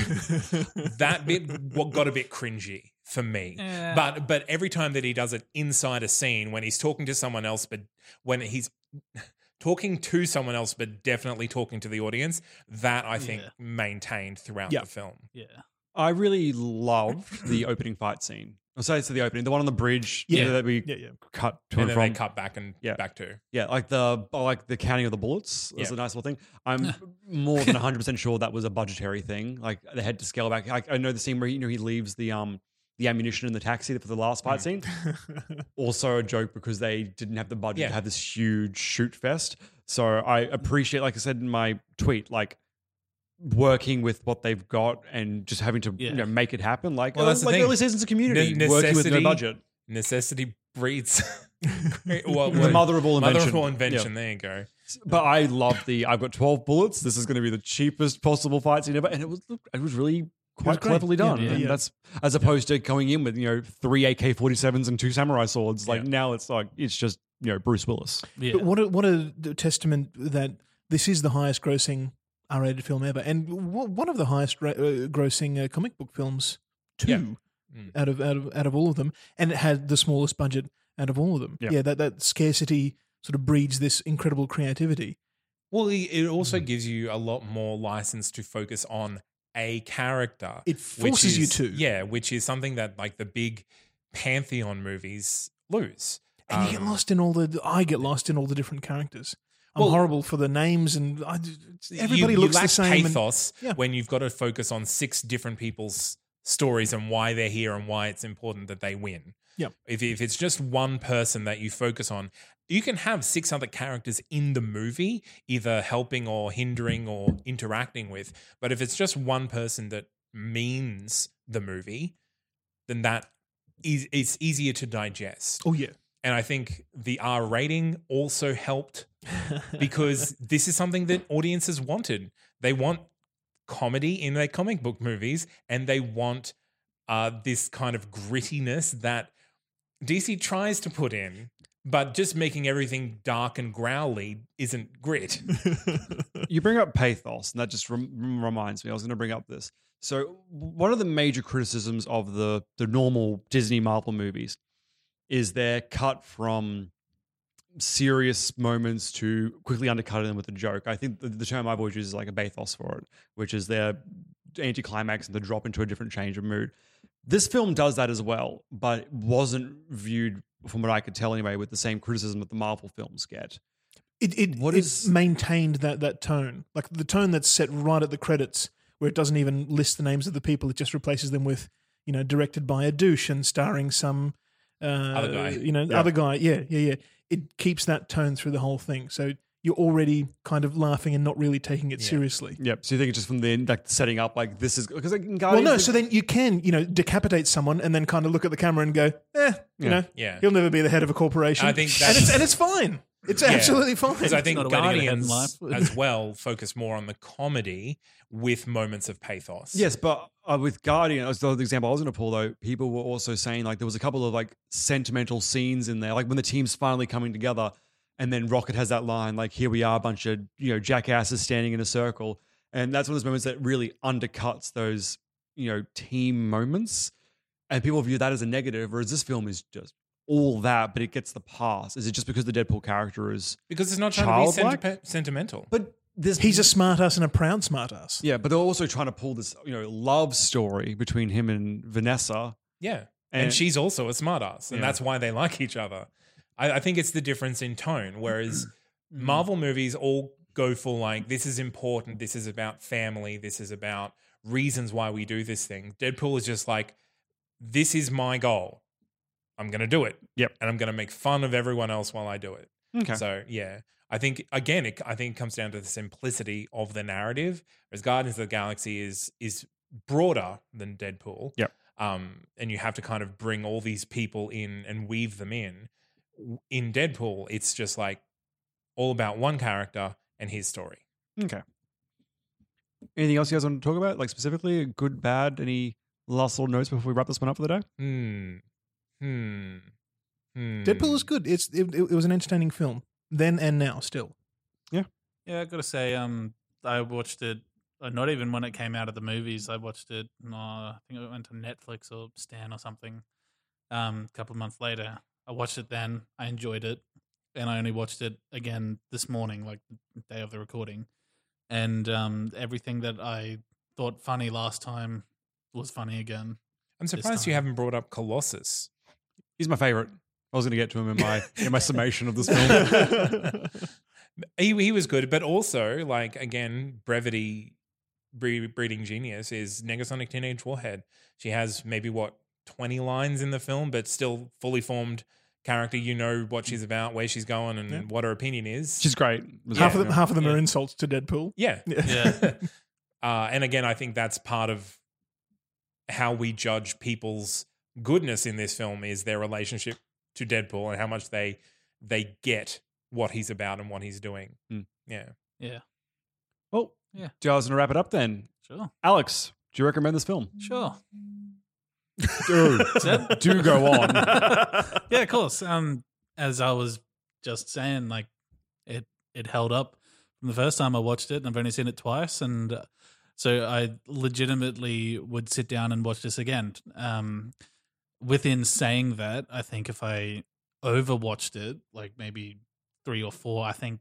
Speaker 3: that bit wa- got a bit cringy for me.
Speaker 2: Eh.
Speaker 3: But but every time that he does it inside a scene, when he's talking to someone else, but when he's talking to someone else, but definitely talking to the audience, that I think
Speaker 2: Yeah.
Speaker 3: maintained throughout
Speaker 5: Yeah.
Speaker 3: the film.
Speaker 2: Yeah.
Speaker 4: I really loved the opening fight scene. I'll say it's the opening, the one on the bridge.
Speaker 5: Yeah.
Speaker 4: you know, that we
Speaker 5: Yeah, yeah.
Speaker 4: cut to
Speaker 3: And
Speaker 4: and,
Speaker 3: then
Speaker 4: from.
Speaker 3: they cut back and
Speaker 4: Yeah.
Speaker 3: back to.
Speaker 4: Yeah, like the I like the counting of the bullets is
Speaker 3: Yeah.
Speaker 4: a nice little thing. I'm more than 100 percent sure that was a budgetary thing. Like they had to scale back. Like I know the scene where you know he leaves the um the ammunition in the taxi for the last fight scene. also a joke because they didn't have the budget
Speaker 3: Yeah.
Speaker 4: to have this huge shoot fest. So I appreciate, like I said in my tweet, like working with what they've got and just having to
Speaker 2: Yeah.
Speaker 4: you know make it happen. Like
Speaker 3: Well,
Speaker 4: oh,
Speaker 3: that's the
Speaker 4: like
Speaker 3: thing.
Speaker 4: early seasons of community
Speaker 3: Ne-
Speaker 4: working with no
Speaker 3: necessity-
Speaker 4: budget.
Speaker 3: necessity breeds great- well,
Speaker 4: The mother of all invention.
Speaker 3: mother of all
Speaker 4: Yeah.
Speaker 3: invention. There you go.
Speaker 4: But I love the I've got 12 bullets. This is going to be the cheapest possible fight scene ever. And it was look, it was really quite
Speaker 5: great.
Speaker 4: cleverly
Speaker 5: Yeah,
Speaker 4: done.
Speaker 5: yeah,
Speaker 4: and
Speaker 5: yeah.
Speaker 4: that's as opposed to going in with, you know, three AK 47s and two samurai swords. Like
Speaker 3: Yeah.
Speaker 4: now it's like, it's just, you know, Bruce Willis.
Speaker 2: Yeah.
Speaker 5: But what a, what a testament that this is the highest grossing R rated film ever, and w- one of the highest ra- uh, grossing uh, comic book films too,
Speaker 3: Mm.
Speaker 5: out of out of out of all of them, and it had the smallest budget out of all of them.
Speaker 4: Yeah.
Speaker 5: Yeah, that that scarcity sort of breeds this incredible creativity.
Speaker 3: Well, it it also gives you a lot more license to focus on a character.
Speaker 5: It
Speaker 3: which
Speaker 5: forces you
Speaker 3: is-
Speaker 5: to.
Speaker 3: Yeah, which is something that like the big pantheon movies lose.
Speaker 5: And you get
Speaker 3: Um,
Speaker 5: lost in all the. I get lost in all the different characters. I'm
Speaker 3: Well-
Speaker 5: horrible for the names, and I, it's- everybody
Speaker 3: you,
Speaker 5: looks
Speaker 3: you lack
Speaker 5: the same. and-
Speaker 3: pathos
Speaker 5: yeah.
Speaker 3: when you've got to focus on six different people's stories and why they're here and why it's important that they win.
Speaker 5: Yeah.
Speaker 3: If, if it's just one person that you focus on, you can have six other characters in the movie, either helping or hindering or interacting with. But if it's just one person that means the movie, then that is it's easier to digest.
Speaker 5: oh yeah,
Speaker 3: And I think the R rating also helped because this is something that audiences wanted. They want comedy in their comic book movies and they want uh, this kind of grittiness that DC tries to put in, but just making everything dark and growly isn't grit.
Speaker 4: you bring up pathos, and that just rem- reminds me. I was going to bring up this. So, one of the major criticisms of the the normal Disney Marvel movies is they're cut from serious moments to quickly undercutting them with a joke. I think the, the term I've always used is like a pathos for it, which is their anticlimax and the drop into a different change of mood. This film does that as well, but it wasn't viewed, from what I could tell anyway, with the same criticism that the Marvel films get.
Speaker 5: It it,
Speaker 4: What
Speaker 5: it
Speaker 4: is-
Speaker 5: maintained that that tone, like the tone that's set right at the credits, where it doesn't even list the names of the people; it just replaces them with, you know, directed by a douche and starring some uh, other
Speaker 3: guy.
Speaker 5: You know,
Speaker 4: Yeah.
Speaker 5: other guy. Yeah, yeah, yeah. It keeps that tone through the whole thing, so you're already kind of laughing and not really taking it
Speaker 3: Yeah.
Speaker 5: seriously.
Speaker 4: Yep. So you think it's just from the like setting up like this is because like in
Speaker 5: Well,
Speaker 4: Guardians.
Speaker 5: no. So then you can, you know, decapitate someone and then kind of look at the camera and go, eh, you
Speaker 4: Yeah.
Speaker 5: know,
Speaker 3: Yeah.
Speaker 5: he'll never be the head of a corporation.
Speaker 3: I think
Speaker 5: and
Speaker 3: that's-
Speaker 5: it's and it's fine. It's absolutely fine.
Speaker 3: Because I think
Speaker 2: not a way to get ahead in
Speaker 3: Guardians
Speaker 2: life.
Speaker 3: as well focus more on the comedy with moments of pathos.
Speaker 4: yes, but uh, with Guardian, that's the other example I was going to pull though. People were also saying like there was a couple of like sentimental scenes in there, like when the team's finally coming together, and then Rocket has that line like "Here we are, a bunch of you know jackasses standing in a circle," and that's one of those moments that really undercuts those you know team moments, and people view that as a negative. Whereas this film is just all that, but it gets the pass. Is it just because the Deadpool character is?
Speaker 3: Because it's not trying to be
Speaker 4: Childlike?
Speaker 3: senti- sentimental.
Speaker 4: But this
Speaker 5: He's a smart ass and a proud smart ass.
Speaker 4: Yeah, but they're also trying to pull this, you know, love story between him and Vanessa.
Speaker 3: Yeah. And,
Speaker 4: And-
Speaker 3: she's also a smartass, and
Speaker 4: Yeah.
Speaker 3: that's why they like each other. I, I think it's the difference in tone. Whereas
Speaker 4: Mm.
Speaker 3: Marvel movies all go for like, this is important, this is about family, this is about reasons why we do this thing. Deadpool is just like, this is my goal. I'm going to do it.
Speaker 4: Yep.
Speaker 3: And I'm going to make fun of everyone else while I do it.
Speaker 4: Okay.
Speaker 3: So yeah, I think again, it, I think it comes down to the simplicity of the narrative. Whereas Guardians of the Galaxy is is broader than Deadpool.
Speaker 4: Yep.
Speaker 3: Um, and you have to kind of bring all these people in and weave them in. W- In Deadpool, it's just like all about one character and his story.
Speaker 4: okay. Anything else you guys want to talk about? Like specifically, good, bad, any last little notes before we wrap this one up for the day?
Speaker 3: Hmm. Hmm. Hmm.
Speaker 5: Deadpool is good. It's it, it was an entertaining film then and now still.
Speaker 2: Yeah, I gotta say, um, I watched it. Uh, not even when it came out of the movies, I watched it. Uh, I think it went to Netflix or Stan or something. Um, a couple of months later, I watched it then. I enjoyed it, and I only watched it again this morning, like the day of the recording. And um, everything that I thought funny last time was funny again.
Speaker 3: I'm
Speaker 2: this
Speaker 3: surprised you
Speaker 2: time.
Speaker 3: haven't brought up Colossus.
Speaker 4: He's my favorite. I was going to get to him in my in my summation of this film.
Speaker 3: he he was good, but also like again, brevity bre- breeding genius is Negasonic Teenage Warhead. She has maybe what twenty lines in the film, but still fully formed character. You know what she's about, where she's going, and
Speaker 5: Yeah.
Speaker 3: what her opinion is.
Speaker 4: She's great.
Speaker 5: half of them, half of them
Speaker 2: Yeah.
Speaker 5: are insults to Deadpool.
Speaker 3: yeah,
Speaker 2: Yeah.
Speaker 3: uh, and again, I think that's part of how we judge people's goodness in this film is their relationship to Deadpool and how much they they get what he's about and what he's doing.
Speaker 4: Mm.
Speaker 3: Yeah.
Speaker 2: Yeah,
Speaker 4: Well, yeah.
Speaker 2: Yeah.
Speaker 4: Do you guys want to wrap it up then?
Speaker 2: sure,
Speaker 4: Alex, do you recommend this film?
Speaker 2: sure.
Speaker 4: Dude,
Speaker 2: Seb?
Speaker 4: Mm. do go on.
Speaker 2: yeah, of course. Um, as I was just saying, like it it held up from the first time I watched it, and I've only seen it twice, and uh, so I legitimately would sit down and watch this again. Um, within saying that, I think if I overwatched it, like maybe three or four, I think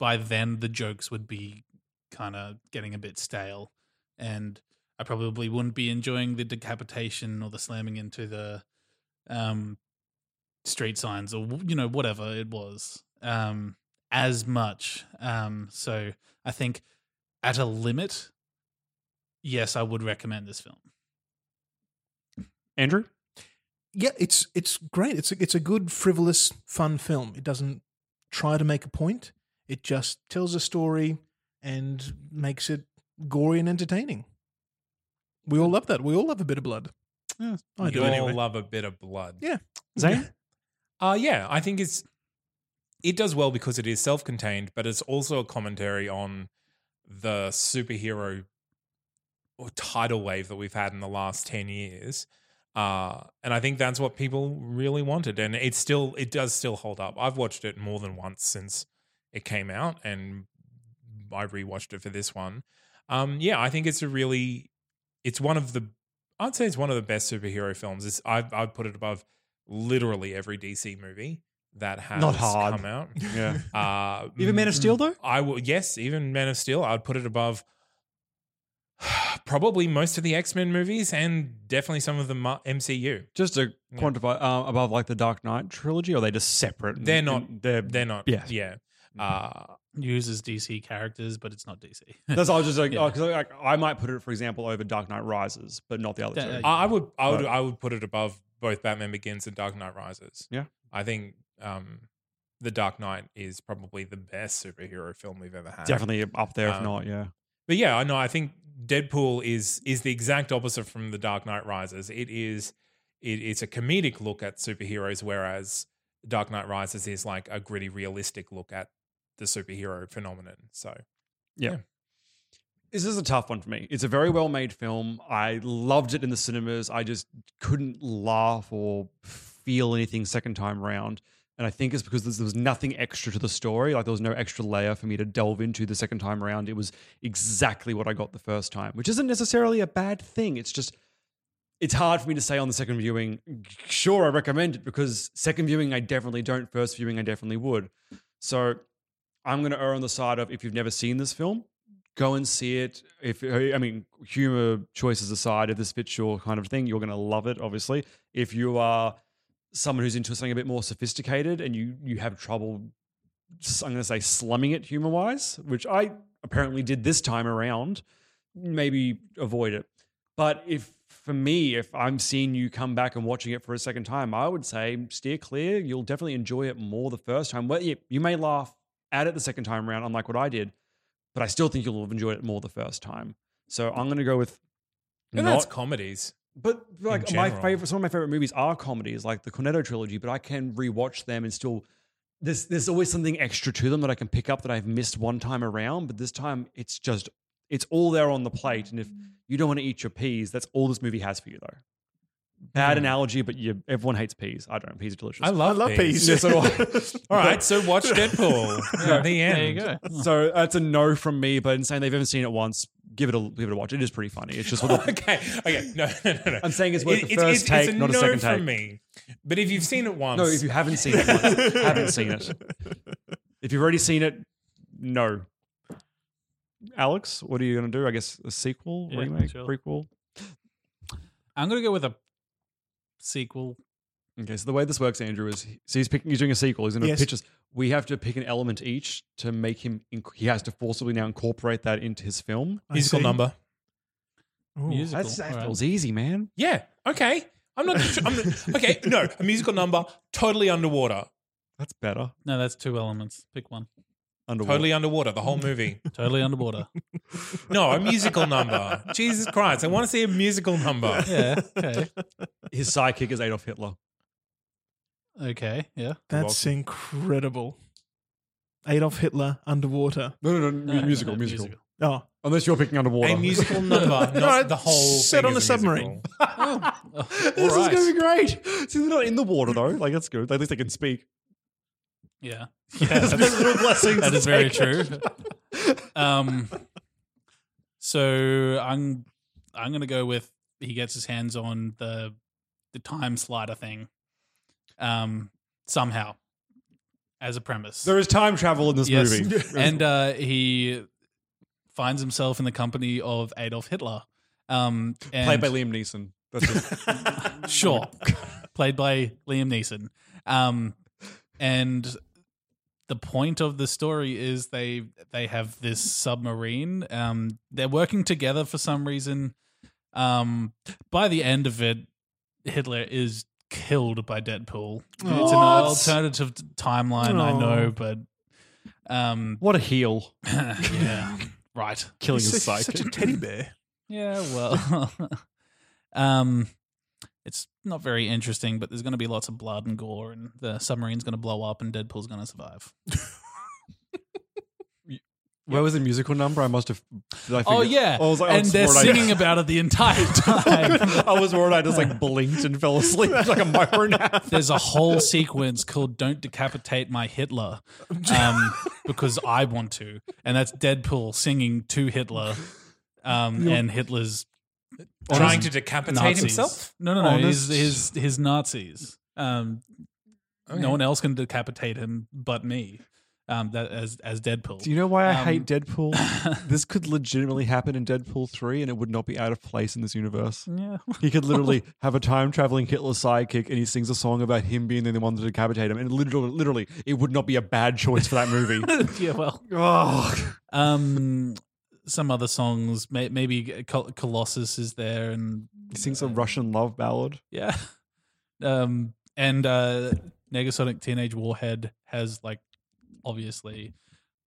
Speaker 2: by then the jokes would be kind of getting a bit stale, and I probably wouldn't be enjoying the decapitation or the slamming into the um, street signs or you know whatever it was um, as much. Um, so I think at a limit, yes, I would recommend this film.
Speaker 4: Andrew?
Speaker 5: yeah, it's it's great. It's a, it's a good frivolous fun film. It doesn't try to make a point. It just tells a story and makes it gory and entertaining. We all love that. We all love a bit of blood. I
Speaker 3: you
Speaker 5: do
Speaker 3: all
Speaker 5: anyway.
Speaker 3: love a bit of blood.
Speaker 5: Yeah.
Speaker 4: Zane?
Speaker 3: Uh, yeah, I think it's it does well because it is self-contained, but it's also a commentary on the superhero or tidal wave that we've had in the last 10 years. Uh, and I think that's what people really wanted, and it still it does still hold up. I've watched it more than once since it came out, and I rewatched it for this one. Um, yeah, I think it's a really it's one of the I'd say it's one of the best superhero films. It's, I've I've put it above literally every DC movie that has
Speaker 4: Not hard.
Speaker 3: come out.
Speaker 4: Yeah.
Speaker 3: Uh,
Speaker 4: Even Man of Steel, though?
Speaker 3: I will. Yes, even Man of Steel. I'd put it above probably most of the X Men movies and definitely some of the Mar- MCU.
Speaker 4: Just to
Speaker 3: Yeah.
Speaker 4: quantify uh, above like the Dark Knight trilogy, or are they just separate? and-
Speaker 3: They're not-
Speaker 4: and Mm, They're,
Speaker 3: They're not.
Speaker 4: Yeah. Mm-hmm.
Speaker 3: Yeah. Uh,
Speaker 2: uses DC characters, but it's not DC.
Speaker 4: That's I was just like,
Speaker 2: Yeah.
Speaker 4: oh, 'cause, like I might put it, for example, over Dark Knight Rises, but not the other
Speaker 2: Yeah,
Speaker 4: two.
Speaker 2: yeah.
Speaker 3: I, I would. I would.
Speaker 4: Right.
Speaker 3: I would put it above both Batman Begins and Dark Knight Rises.
Speaker 4: Yeah.
Speaker 3: I think um, the Dark Knight is probably the best superhero film we've ever had.
Speaker 4: Definitely up there, if
Speaker 3: Um,
Speaker 4: not, yeah.
Speaker 3: But yeah, I know. I think Deadpool is is the exact opposite from The Dark Knight Rises. It is it, it's a comedic look at superheroes, whereas Dark Knight Rises is like a gritty, realistic look at the superhero phenomenon. So
Speaker 4: This is a tough one for me. It's a very well made film. I loved it in the cinemas. I just couldn't laugh or feel anything second time round. And I think it's because there was nothing extra to the story. Like there was no extra layer for me to delve into the second time round. It was exactly what I got the first time, which isn't necessarily a bad thing. It's just, it's hard for me to say on the second viewing, sure, I recommend it because second viewing, I definitely don't. First viewing, I definitely would. So I'm going to err on the side of if you've never seen this film, go and see it. If uh, I mean humor choices aside, if this fits your kind of thing, you're going to love it. Obviously, if you are someone who's into something a bit more sophisticated and you you have trouble, s- I'm going to say slumming it humor wise, which I apparently did this time around, maybe avoid it. But if for me, if I'm seeing you come back and watching it for a second time, I would say steer clear. You'll definitely enjoy it more the first time. Well, you, you may laugh at it the second time around, unlike what I did, but I still think you'll have enjoyed it more the first time. So I'm going to go with
Speaker 3: and
Speaker 4: not
Speaker 3: that's comedies.
Speaker 4: but like my
Speaker 3: general.
Speaker 4: favorite, some of my favorite movies are comedies, like the Cornetto trilogy. But I can rewatch them and still, there's there's always something extra to them that I can pick up that I've missed one time around. But this time, it's just it's all there on the plate. And if
Speaker 3: Mm.
Speaker 4: you don't want to eat your peas, that's all this movie has for you, though. Bad analogy, but you, everyone hates peas. I don't. Peas are delicious.
Speaker 3: Mm. I love,
Speaker 5: love peas.
Speaker 4: Yeah, so do I.
Speaker 3: All right, so watch Deadpool.
Speaker 4: Yeah.
Speaker 3: The end.
Speaker 2: there you go.
Speaker 4: so that's a no from me. But in saying they've ever seen it once, give it a give it a watch. It is pretty funny. It's just what the,
Speaker 3: okay, okay, no, no, no, no.
Speaker 4: I'm saying it's worth the first
Speaker 3: it's
Speaker 4: take,
Speaker 3: a
Speaker 4: not a
Speaker 3: no
Speaker 4: second
Speaker 3: from
Speaker 4: take.
Speaker 3: me. But if you've seen it once,
Speaker 4: no. If you haven't seen it, once, haven't seen it. If you've already seen it, no. Alex, what are you going to do? I guess a sequel,
Speaker 2: Yeah,
Speaker 4: remake,
Speaker 2: sure.
Speaker 4: prequel.
Speaker 2: I'm gonna go with a sequel.
Speaker 4: Okay, so the way this works, Andrew, is so he's picking. He's doing a sequel. He's going to
Speaker 5: Yes.
Speaker 4: pitch us. We have to pick an element each to make him. inc- He has to forcibly now incorporate that into his film.
Speaker 5: I
Speaker 3: musical
Speaker 5: see.
Speaker 3: number.
Speaker 5: Ooh.
Speaker 2: Musical.
Speaker 4: That's, that
Speaker 2: All right.
Speaker 4: feels easy, man.
Speaker 3: Yeah. Okay. I'm not. I'm not okay. No, a musical number. Totally underwater.
Speaker 4: That's better.
Speaker 2: No, that's two elements. Pick one.
Speaker 4: Underwater.
Speaker 3: Totally underwater. The whole movie.
Speaker 2: Totally underwater.
Speaker 3: No, a musical number. Jesus Christ! I want to see a musical number.
Speaker 2: Yeah. Okay.
Speaker 4: His sidekick is Adolf Hitler.
Speaker 2: Okay. Yeah.
Speaker 5: That's incredible. Adolf Hitler underwater.
Speaker 4: No, no,
Speaker 2: No,
Speaker 4: no. mu-
Speaker 2: no,
Speaker 4: musical,
Speaker 2: no,
Speaker 4: musical,
Speaker 5: Oh,
Speaker 4: Unless you're picking underwater.
Speaker 3: A musical number, not the whole.
Speaker 5: set
Speaker 3: thing
Speaker 5: on
Speaker 3: is
Speaker 5: a submarine.
Speaker 3: musical.
Speaker 2: Oh,
Speaker 4: this
Speaker 2: all
Speaker 4: is going to
Speaker 2: right.
Speaker 4: be great. See, they're not in the water though. Like that's good. At least they can speak.
Speaker 2: Yeah. Yeah. that's-
Speaker 4: little blessings.
Speaker 2: that
Speaker 4: to
Speaker 2: is very
Speaker 4: take.
Speaker 2: true. um, so I'm I'm gonna go with he gets his hands on the the time slider thing, um, somehow as a premise.
Speaker 4: There is time travel in this
Speaker 2: Yes.
Speaker 4: movie.
Speaker 2: and uh, he finds himself in the company of Adolf Hitler, um, and
Speaker 4: Played by Liam Neeson. That's just,
Speaker 2: Sure. Played by Liam Neeson. Um, and the point of the story is they they have this submarine. Um, they're working together for some reason. Um, by the end of it, Hitler is killed by Deadpool. It's an
Speaker 4: What?
Speaker 2: alternative t- timeline, I know, but um,
Speaker 4: what a heel
Speaker 2: yeah, right.
Speaker 4: killing
Speaker 5: he's
Speaker 4: his
Speaker 5: such, such a
Speaker 4: sidekick.
Speaker 5: teddy bear.
Speaker 2: Yeah, well, um, it's not very interesting, but there's going to be lots of blood and gore, and the submarine's going to blow up, and Deadpool's going to survive.
Speaker 4: Where was the musical number? I must have. Did I
Speaker 2: Oh
Speaker 4: figure-
Speaker 2: yeah,
Speaker 4: I was like, I
Speaker 2: and
Speaker 4: was
Speaker 2: they're
Speaker 4: worried I-
Speaker 2: singing about it the entire
Speaker 4: Oh,
Speaker 2: time.
Speaker 4: I was worried I just like blinked and fell asleep like a micro nap.
Speaker 2: There's a whole sequence called "Don't Decapitate My Hitler," um, because I want to, and that's Deadpool singing to Hitler, um, and Hitler's
Speaker 3: Trying to decapitate
Speaker 2: Nazis.
Speaker 3: himself?
Speaker 2: No, no, no, his
Speaker 4: Honest.
Speaker 2: his his Nazis. Um, No one else can decapitate him but me. Um, that as as Deadpool.
Speaker 4: Do you know why I
Speaker 2: Um,
Speaker 4: hate Deadpool? this could legitimately happen in Deadpool 3 and it would not be out of place in this universe.
Speaker 2: Yeah.
Speaker 4: He could literally have a time traveling Hitler sidekick and he sings a song about him being the one to decapitate him. And literally, literally it would not be a bad choice for that movie.
Speaker 2: yeah. Well.
Speaker 4: oh,
Speaker 2: Um. Some other songs, may, maybe Col- Colossus is there, and
Speaker 4: he sings a Russian love ballad.
Speaker 2: Yeah. Um and uh Negasonic Teenage Warhead has like obviously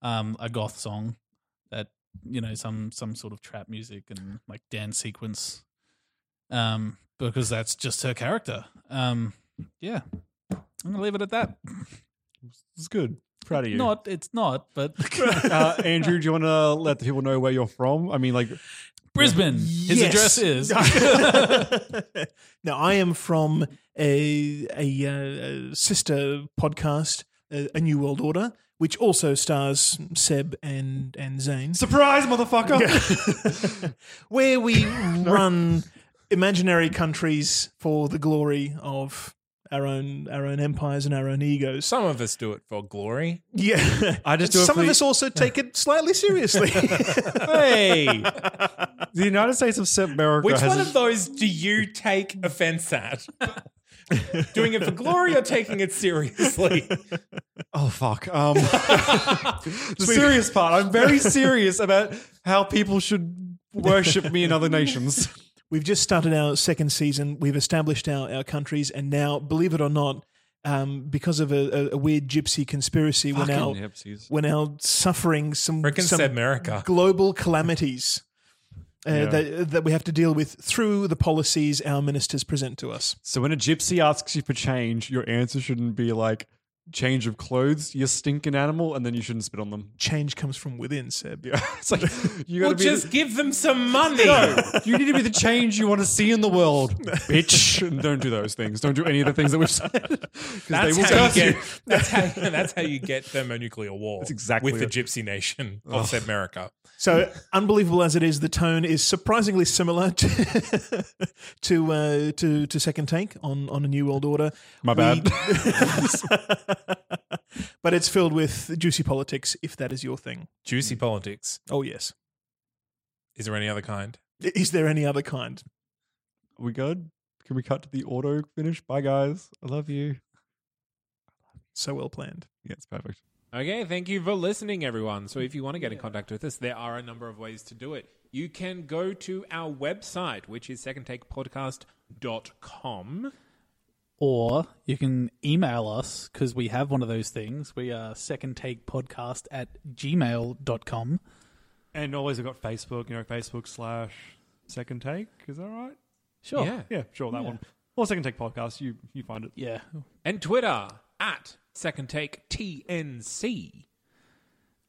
Speaker 2: um a goth song that you know some some sort of trap music and like dance sequence um because that's just her character. Um yeah. I'm going to leave it at that.
Speaker 4: It's good. Proud of you.
Speaker 2: Not it's not but
Speaker 4: uh, Andrew, do you want to let the people know where you're from? I mean, like,
Speaker 2: Brisbane. His address is
Speaker 5: now, I am from a, a, uh, sister podcast, uh, A New World Order, which also stars Seb and, and Zane.
Speaker 4: surprise, motherfucker.
Speaker 5: where we run imaginary countries for the glory of our own our own empires and our own egos.
Speaker 3: Some of us do it for glory.
Speaker 5: Yeah,
Speaker 4: I just do it
Speaker 5: some
Speaker 4: for
Speaker 5: of
Speaker 4: the-
Speaker 5: us also take it slightly seriously.
Speaker 4: Hey, the United States of America
Speaker 3: Which
Speaker 4: has
Speaker 3: one of those do you take offense at? Doing it for glory or taking it seriously?
Speaker 4: Oh fuck. Um, the serious part. I'm very serious about how people should worship me in other nations.
Speaker 5: We've just started our second season. We've established our, our countries, and now, believe it or not, um, because of a, a, a weird gypsy conspiracy, we're
Speaker 3: Oh.
Speaker 5: now we're now suffering some,
Speaker 3: Frickin'
Speaker 5: some
Speaker 3: said America.
Speaker 5: global calamities uh, that, that we have to deal with through the policies our ministers present to us.
Speaker 4: So when a gypsy asks you for change, your answer shouldn't be like change of clothes, you stinking animal, and then you shouldn't spit on them.
Speaker 5: Change comes from within, Seb.
Speaker 4: Yeah, it's like you
Speaker 3: Well,
Speaker 4: gotta be.
Speaker 3: just give them some money.
Speaker 4: you need to be the change you want to see in the world, bitch. And don't do those things. Don't do any of the things that we've said. 'Cause
Speaker 3: That's
Speaker 4: they will
Speaker 3: how, you
Speaker 4: curse you.
Speaker 3: get, that's, how, that's how you get thermonuclear war
Speaker 4: That's exactly
Speaker 3: with the
Speaker 4: it.
Speaker 3: gypsy nation of said America.
Speaker 5: So unbelievable as it is, the tone is surprisingly similar to to uh, to, to Second Take on on a New World Order.
Speaker 4: My bad.
Speaker 5: but it's filled with juicy politics, if that is your thing.
Speaker 3: Juicy
Speaker 4: Mm.
Speaker 3: politics.
Speaker 5: Oh yes.
Speaker 3: Is there any other kind?
Speaker 5: Is there any other kind?
Speaker 4: Are we good? Can we cut to the auto finish? Bye, guys. I love you.
Speaker 5: So well planned.
Speaker 4: Yeah, it's perfect.
Speaker 7: Okay, thank you for listening, everyone. So, if you want to get in contact with us, there are a number of ways to do it. You can go to our website, which is secondtakepodcast.com.
Speaker 2: or you can email us because we have one of those things. We are second take podcast at gmail.com.
Speaker 4: And always I've got Facebook, you know, Facebook slash second take. Is that right?
Speaker 2: Sure.
Speaker 7: Yeah.
Speaker 4: Oh, Yeah, sure, that one. Or second take podcast. You you find it.
Speaker 2: Yeah.
Speaker 7: And Twitter at secondtaketnc.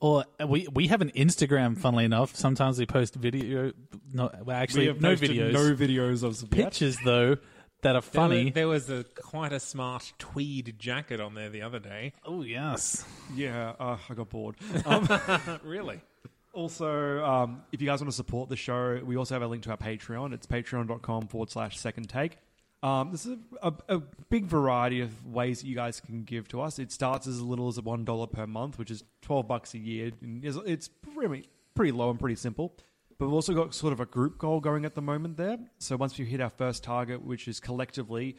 Speaker 2: Or uh, we we have an Instagram. Funnily enough, sometimes we post video. No, well, actually, no
Speaker 4: posted
Speaker 2: videos.
Speaker 4: No videos of
Speaker 2: pictures though that are
Speaker 7: There wa-
Speaker 2: funny.
Speaker 7: There was a quite a smart tweed jacket on there the other day.
Speaker 2: oh yes.
Speaker 4: Yeah, uh, I got bored.
Speaker 7: Really?
Speaker 4: Also, um, if you guys want to support the show, we also have a link to our Patreon. It's patreon.com forward slash second take. Um, this is a, a, a big variety of ways that you guys can give to us. It starts as little as $1 per month, which is 12 bucks a year. And it's, it's pretty, pretty low and pretty simple. But we've also got sort of a group goal going at the moment there. So once we hit our first target, which is collectively